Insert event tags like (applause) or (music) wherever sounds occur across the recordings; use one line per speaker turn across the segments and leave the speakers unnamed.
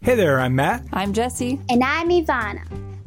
Hey there, I'm Matt.
I'm Jesse.
And I'm Ivana,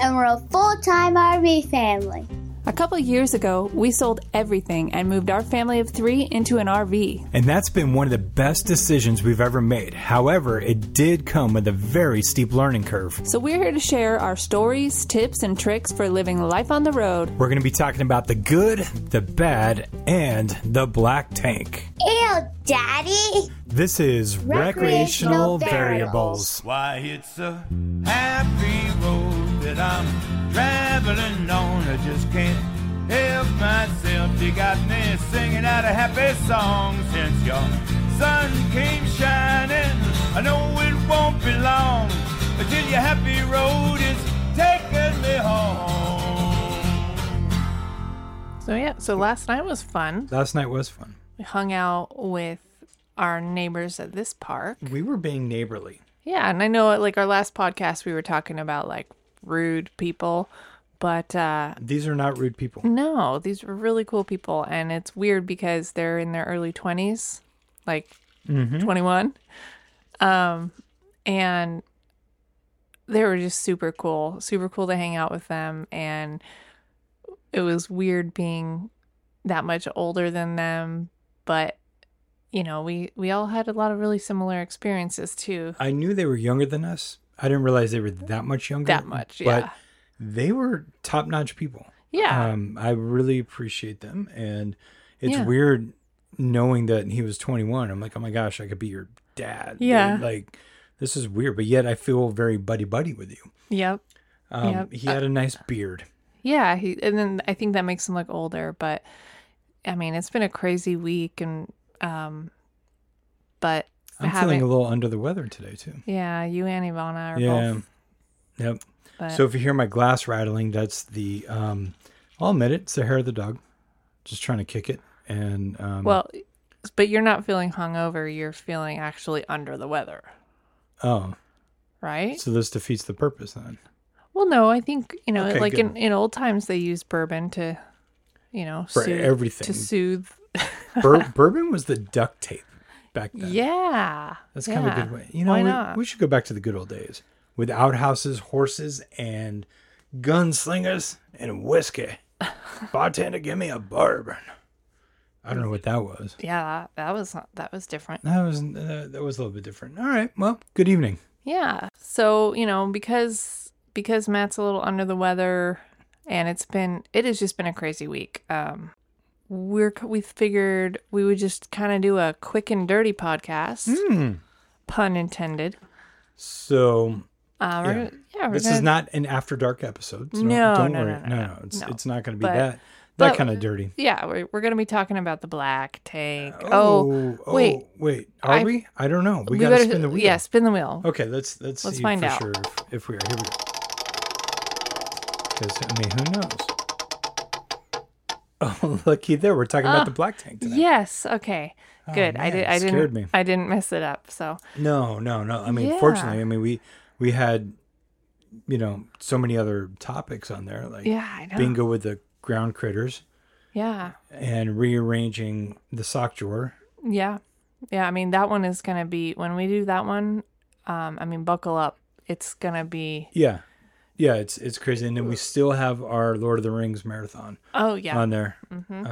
and we're a full time RV family.
A couple years ago, we sold everything and moved our family of three into an RV.
And that's been one of the best decisions we've ever made. However, it did come with a very steep learning curve.
So we're here to share our stories, tips, and tricks for living life on the road.
We're going to be talking about the good, the bad, and the black tank.
Ew, Daddy!
This is Recreational,
Recreational
Variables.
Why, it's a happy road that I'm traveling on. I just can't help myself. You got me singing out a happy song since your sun came shining. I know it won't be long until your happy road is taking me home.
So yeah, so last night was fun.
Last night was fun.
We hung out with our neighbors at this park.
We were being neighborly.
Yeah, and I know like our last podcast we were talking about like rude people, but uh
These are not rude people.
no, these were really cool people and it's weird because they're in their early 20s, like 21. Um and they were just super cool. Super cool to hang out with them and it was weird being that much older than them, but you know, we we all had a lot of really similar experiences too.
I knew they were younger than us. I didn't realize they were that much younger.
That much, yeah.
But they were top notch people.
Yeah.
Um, I really appreciate them. And it's
Yeah.
weird knowing that he was 21. I'm like, oh my gosh, I could be your dad. dude."
Yeah.
Like, this is weird. But yet I feel very buddy buddy with you.
yep.
Um,
Yep.
He had a nice beard.
Yeah, he and then I think that makes him look older, but I mean, it's been a crazy week and um but
I'm
having
feeling a little under the weather today, too.
Yeah, you and Ivana are
Yeah.
both
Yep.
but
So if you hear my glass rattling, that's the, um, I'll admit it, it's the hair of the dog. Just trying to kick it. And um,
well but you're not feeling hungover, you're feeling actually under the weather,
oh,
right?
so this defeats the purpose
(laughs)
then.
Well, no, I think, you know,
Okay,
like
good.
in, in old times they used bourbon to you know,
For
soothe,
everything.
to soothe. (laughs)
Bur- bourbon was the duct tape back then.
Yeah.
That's kind of a
yeah.
good way. You know,
Why
we,
not?
we should go back to the good old days with outhouses, horses, and gunslingers and
(laughs)
whiskey. Bartender, give me a bourbon. I don't know what that was.
yeah, that was that was different.
That was uh, that was a little bit different. All right. Well, good evening.
Yeah. So, you know, because because Matt's a little under the weather and it's been it has just been a crazy week. Um we're we figured we would just kind of do a quick and dirty podcast,
Mm.
pun intended.
So
Uh, we're
Yeah.
gonna- yeah, we're
this
gonna-
is not an after dark episode. So
No,
don't
no, no,
worry.
no, no,
It's
no.
it's not going to be
But-
that that
but-
kind of dirty.
Yeah, we're, we're gonna be talking about the black tank. Oh,
oh,
wait,
wait. Are
I-
we? I don't know. We, got to spin the wheel. Oh,
Yeah, spin the wheel.
Okay, let's let's,
Let's
see
find
for
out.
sure if, if we are. Here we go. Because I mean, who knows? (laughs) Oh, looky there! We're talking
Uh,
about the black tank today.
Yes. Okay. Good. I
Oh, man,
did. I
it
didn't.
scared me.
I didn't mess it up. So
No, no, no. I mean,
Yeah.
fortunately, I mean we we had you know so many other topics on there, like
yeah, I know.
bingo with the ground critters
Yeah.
and rearranging the sock drawer.
Yeah. Yeah, I mean that one is going to be when we do that one, um I mean buckle up. It's going to be
Yeah, yeah. It's it's crazy, and then we still have our Lord of the Rings marathon
Oh yeah. Mm-hmm.
on there,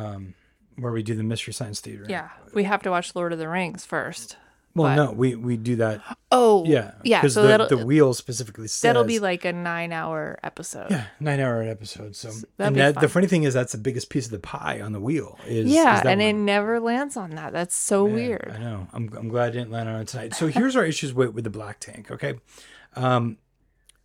um, where we do the Mystery Science Theater.
yeah. We have to watch Lord of the Rings first.
Well,
but-
no, we we do
(gasps)
that
Oh.
Yeah.
Yeah,
Because
so
the,
that'll
the wheel specifically says
that'll be like a 9-hour episode.
yeah, nine hour episode. So
that'd
and
be
that, the
fun.
funny thing is that's the biggest piece of the pie on the wheel. Is
Yeah,
is that
and it
one.
never lands on that. That's so
Yeah, I
weird.
know. I'm I'm glad I didn't land on it tonight. So here's our issues with with the black tank. Okay, um,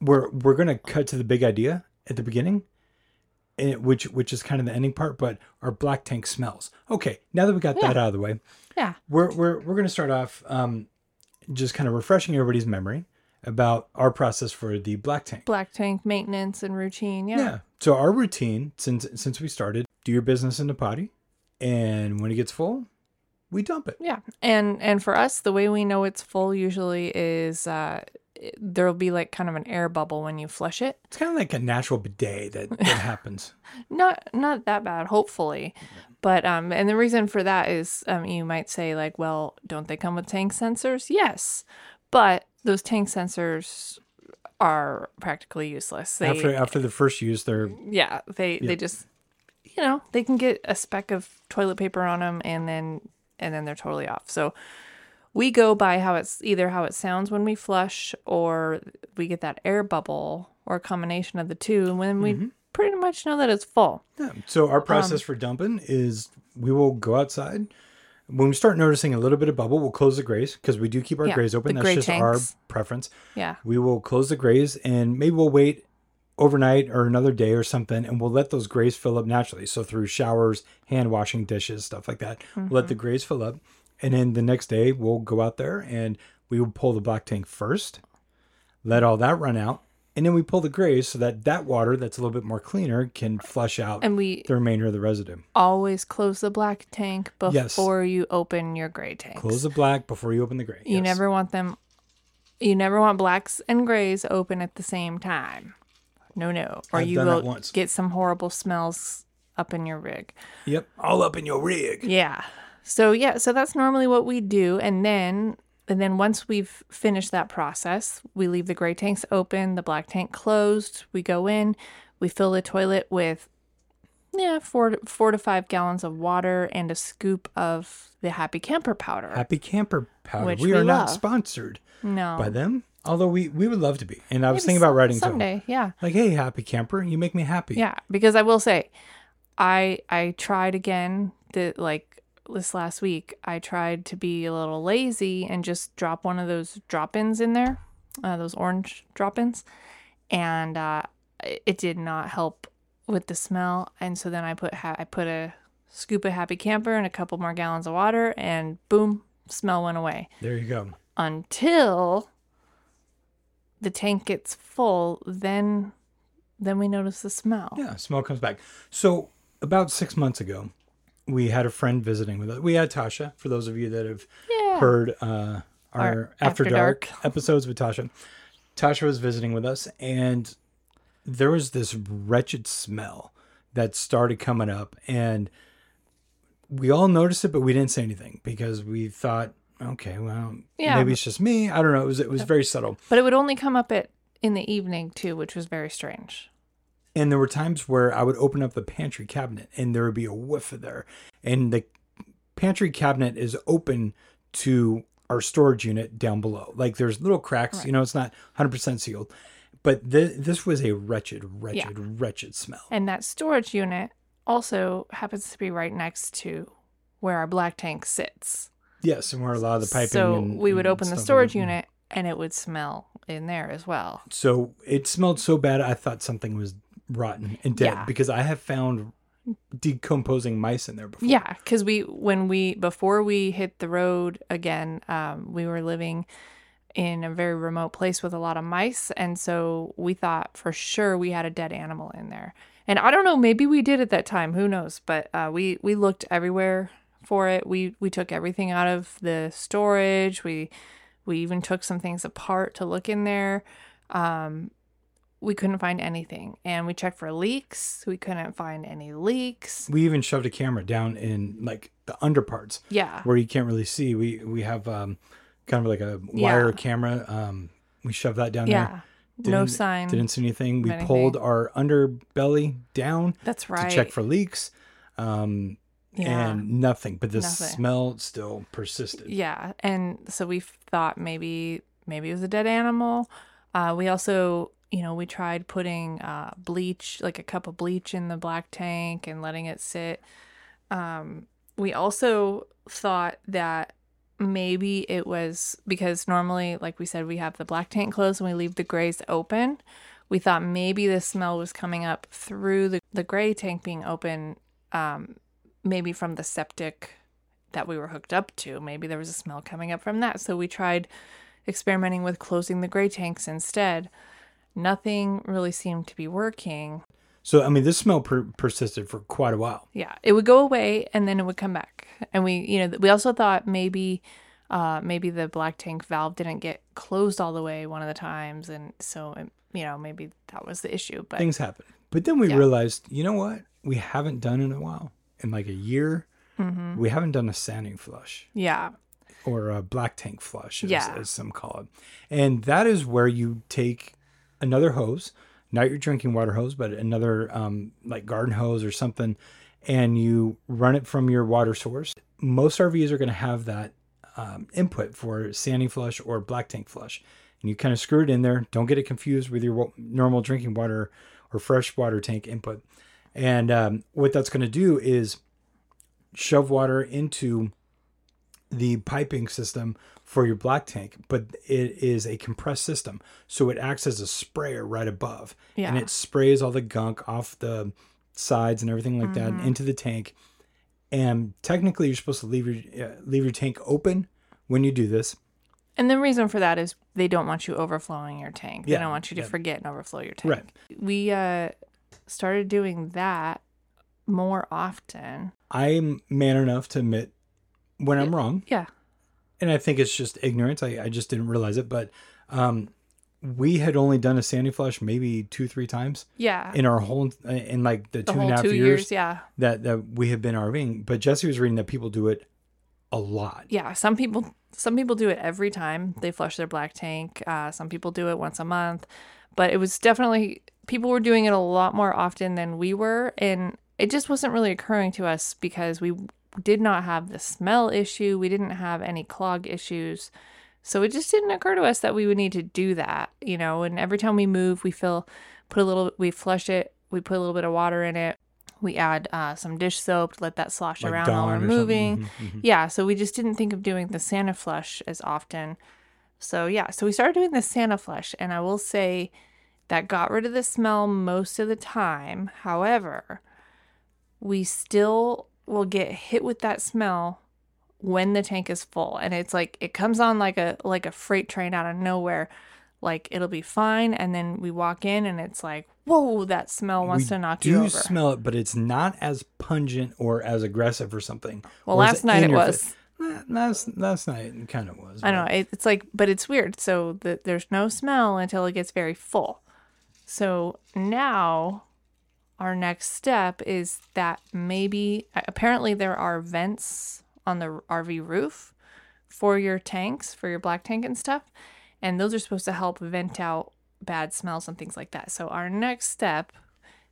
we're we're gonna cut to the big idea at the beginning. And it, which which is kind of the ending part, but our black tank smells. Okay, now that we got that out of the way,
Yeah.
we're we're we're going to start off um, just kind of refreshing everybody's memory about our process for the black tank.
Black tank maintenance and routine. Yeah.
Yeah. So our routine since since we started, do your business in the potty, and when it gets full, we dump it.
Yeah. And and for us, the way we know it's full usually is uh it- there'll be like kind of an air bubble when you flush it.
It's kind of like a natural bidet
(laughs)
that, that happens.
not not that bad hopefully but um and the reason for that is um you might say like well don't they come with tank sensors yes but those tank sensors are practically useless. They,
after uh, after the first use, they're
yeah, they they just you know they can get a speck of toilet paper on them and then and then they're totally off. So we go by how it's either how it sounds when we flush or we get that air bubble or a combination of the two, and when we pretty much know that it's full.
Yeah. So
Um,
our process for dumping is we will go outside. When we start noticing a little bit of bubble, we'll close the grays because we do keep our
Yeah,
grays open.
the
That's
gray
just our
tanks.
preference.
Yeah,
We will close the grays and maybe we'll wait overnight or another day or something and we'll let those grays fill up naturally. So through showers, hand washing dishes, stuff like that. We'll
Mm-hmm.
let the grays fill up. And then the next day we'll go out there and we will pull the black tank first, let all that run out, and then we pull the grays so that that water that's a little bit more cleaner can flush out
and we
the remainder of the residue.
always close the black tank
Yes.
before you open your gray tank.
Close the black before you open the gray.
You
Yes.
never want them. You never want blacks and grays open at the same time. No, no. Or
I've
you
done that
will
once.
get some horrible smells up in your rig.
Yep. All up in your rig.
Yeah. So yeah, so that's normally what we do, and then and then once we've finished that process, we leave the gray tanks open, the black tank closed. We go in, we fill the toilet with yeah four to, four to five gallons of water and a scoop of the Happy Camper powder.
Happy camper powder.
Which
we,
we
are not
love.
sponsored
no,
by them, although we we would love to be. And I was
Um, Maybe
thinking about
some-
writing to 'em.
someday. Yeah.
Like, hey, happy camper, you make me happy.
Yeah, because I will say, I I tried again that like this last week. I tried to be a little lazy and just drop one of those drop ins in there, uh, those orange drop ins, and uh, it it did not help with the smell. And so then I put ha- I put a scoop of Happy Camper and a couple more gallons of water, and boom, smell went away
There you go.
until the tank gets full then then we notice the smell
Yeah, smell comes back. So about six months ago, we had a friend visiting with us. We had Tasha, for those of you that have
Yeah.
heard uh, our, After,
After
Dark, (laughs)
Dark.
episodes with Tasha. Tasha was visiting with us, and there was this wretched smell that started coming up, and we all noticed it, but we didn't say anything because we thought, okay, well,
Yeah.
maybe it's just me. I don't know. It was it was very subtle.
But it would only come up at in the evening too, which was very strange.
And there were times where I would open up the pantry cabinet and there would be a whiff of there. And the pantry cabinet is open to our storage unit down below. Like there's little cracks, you know, it's not 100% sealed. But th- this was a wretched, wretched, wretched smell.
And that storage unit also happens to be right next to where our black tank sits.
Yes, and where a lot of the piping.
so
and-
we would
and
open the
stuff like
storage
that.
unit and it would smell in there as well.
So it smelled so bad, I thought something was rotten and dead
Yeah.
because I have found decomposing mice in there before.
Yeah, because we when we before we hit the road again, um, we were living in a very remote place with a lot of mice, and so we thought for sure we had a dead animal in there. And I don't know, maybe we did at that time. Who knows? But uh, we we looked everywhere for it. We we took everything out of the storage. We we even took some things apart to look in there. Um, we couldn't find anything, and we checked for leaks. We couldn't find any leaks.
We even shoved a camera down in like the underparts.
Yeah.
where you can't really see. We we have um, kind of like a
Yeah.
wire camera. Um, we shoved that down
Yeah.
there.
no
Didn't-
sign.
Didn't see anything. We
of anything.
pulled our underbelly down
That's right.
to check for leaks, um,
yeah.
and nothing. But the
Nothing.
smell still persisted.
yeah. And so we thought maybe maybe it was a dead animal. Uh, we also, you know, we tried putting uh, bleach, like a cup of bleach, in the black tank and letting it sit. Um, we also thought that maybe it was because normally, like we said, we have the black tank closed and we leave the grays open. We thought maybe the smell was coming up through the, the gray tank being open, um, maybe from the septic that we were hooked up to. Maybe there was a smell coming up from that. So we tried experimenting with closing the gray tanks instead. Nothing really seemed to be working.
So I mean, this smell per- persisted for quite a while.
Yeah, it would go away and then it would come back. And we, you know, we also thought maybe uh maybe the black tank valve didn't get closed all the way one of the times and so it, you know, maybe that was the issue, but
Things happen. But then we
Yeah.
realized, you know what? We
Mm-hmm.
haven't done in a while, in like a year. We haven't done a sanding flush.
yeah.
or a black tank flush, as,
Yeah.
as some call it. And that is where you take another hose, not your drinking water hose, but another um, like garden hose or something, and you run it from your water source. Most RVs are going to have that um, input for sanding flush or black tank flush. And you kind of screw it in there. Don't get it confused with your wa- normal drinking water or fresh water tank input. And um, what that's going to do is shove water into the piping system for your black tank, but it is a compressed system. So it acts as a sprayer right above. And
Yeah.
it sprays all the gunk off the sides and everything like
Mm-hmm.
that into the tank. And technically, you're supposed to leave your uh, leave your tank open when you do this.
And the reason for that is they don't want you overflowing your tank. They
Yeah,
don't want you to
yeah.
forget and overflow your tank.
Right.
We uh, started doing that more often.
I'm man enough to admit when I'm wrong,
Yeah.
and I think it's just ignorance. I, I just didn't realize it, but um, we had only done a sandy flush maybe two three times
Yeah.
in our whole uh, in like the,
the
two and a half
whole two
years,
years. Yeah.
that that we have been RVing. But Jesse was reading that people do it a lot.
yeah some people some people do it every time they flush their black tank uh, some people do it once a month but it was definitely people were doing it a lot more often than we were and it just wasn't really occurring to us because we did not have the smell issue we didn't have any clog issues so it just didn't occur to us that we would need to do that you know and every time we move we fill put a little we flush it we put a little bit of water in it we add uh, some dish soap to let that slosh around while
Dawn
we're
or something.
moving
Mhm, mhm.
yeah, so we just didn't think of doing the Santa flush as often. So yeah, so we started doing the Santa flush, and I will say that got rid of the smell most of the time. However, we still will get hit with that smell when the tank is full, and it's like it comes on like a like a freight train out of nowhere. Like it'll be fine, and then we walk in, and it's like, whoa, that smell wants
We
to knock
do
you over.
smell it, but it's not as pungent or as aggressive or something.
well,
Or is
last night
in
it
your fa-
was.
Nah, Last last night it kind of was.
I don't know. It, it's like, but it's weird. So the, there's no smell until it gets very full. So now our next step is that maybe apparently there are vents on the RV roof for your tanks, for your black tank and stuff. And those are supposed to help vent out bad smells and things like that. So our next step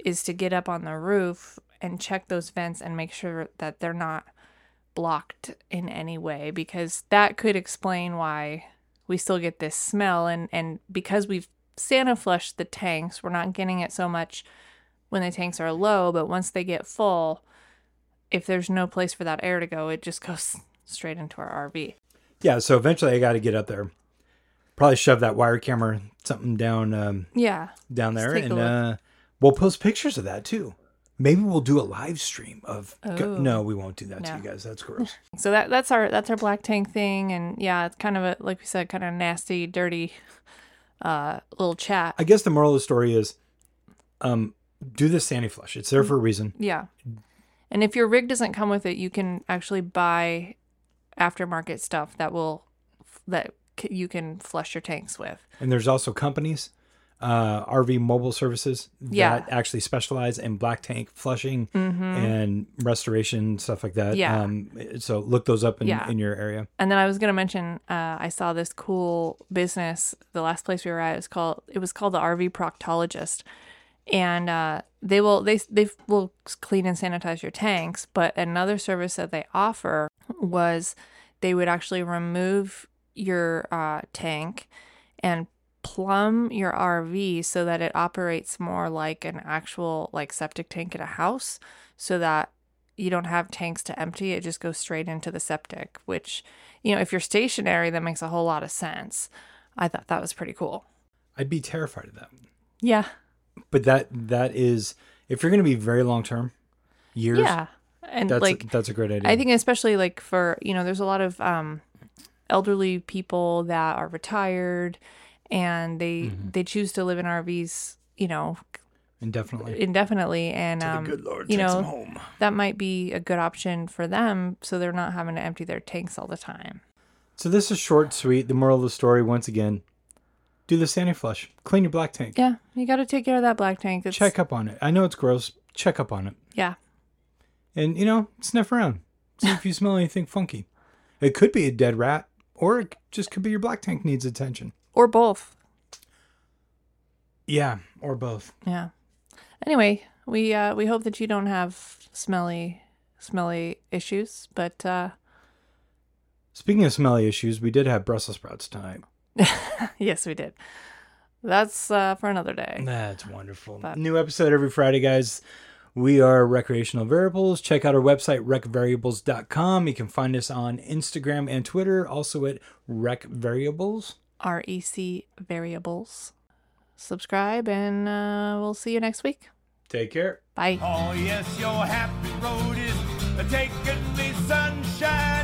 is to get up on the roof and check those vents and make sure that they're not blocked in any way because that could explain why we still get this smell and and because we've santa flushed the tanks we're not getting it so much when the tanks are low but once they get full if there's no place for that air to go it just (laughs) goes straight into our rv
Yeah, so eventually I got to get up there. Probably shove that wire camera something down um,
yeah
down there,
take a
and
look.
uh, we'll post pictures of that too. Maybe we'll do a live stream of.
Oh.
No, we won't do that to
No.
you guys. That's gross.
so that that's our that's our black tank thing and yeah it's kind of a like we said kind of nasty dirty uh little chat
I guess the moral of the story is, um, do the sandy flush. It's there for a reason.
Yeah. And if your rig doesn't come with it, you can actually buy aftermarket stuff that will that c- you can flush your tanks with.
And there's also companies, uh, RV mobile services that
Yeah. Mm-hmm.
actually specialize in black tank flushing and restoration stuff like that.
Yeah.
Um, so look those up in,
Yeah.
in your area.
And then I was gonna mention, uh, I saw this cool business. The last place we were at it was called it was called the RV Proctologist, and uh, they will they they will clean and sanitize your tanks. But another service that they offer was they would actually remove your uh, tank and plumb your RV so that it operates more like an actual like septic tank in a house, so that you don't have tanks to empty. It just goes straight into the septic, which, you know, if you're stationary, that makes a whole lot of sense. I thought that was pretty cool.
I'd be terrified of that.
Yeah.
But that that is if you're going to be very long term, years.
Yeah. And
That's
like,
that's a great idea.
I think especially like for you know, there's a lot of um, elderly people that are retired, and they
Mm-hmm.
they choose to live in RVs, you know,
and definitely.
indefinitely. And um, you know,
home.
that might be a good option for them, so they're not having to empty their tanks all the time.
So this is short, sweet. The moral of the story, once again, do the sandy flush. Clean your black tank.
Yeah, you got to take care of that black tank. It's,
Check up on it. I know it's gross. Check up on it.
Yeah,
and you know sniff around see if you smell anything funky It could be a dead rat, or it just could be your black tank needs attention.
or both.
Yeah, or both.
Yeah. Anyway, we uh, we hope that you don't have smelly smelly issues, but uh, (laughs)
Speaking of smelly issues, we did have Brussels sprouts tonight.
yes, we did. That's uh, for another day.
That's wonderful.
But-
New episode every Friday, guys. We are Recreational Variables. Check out our website, recvariables.com. You can find us on Instagram and Twitter, also at recvariables.
REC E variables. Subscribe, and uh, we'll see you next week.
Take care.
Bye.
Oh, yes, your happy road is taking me sunshine.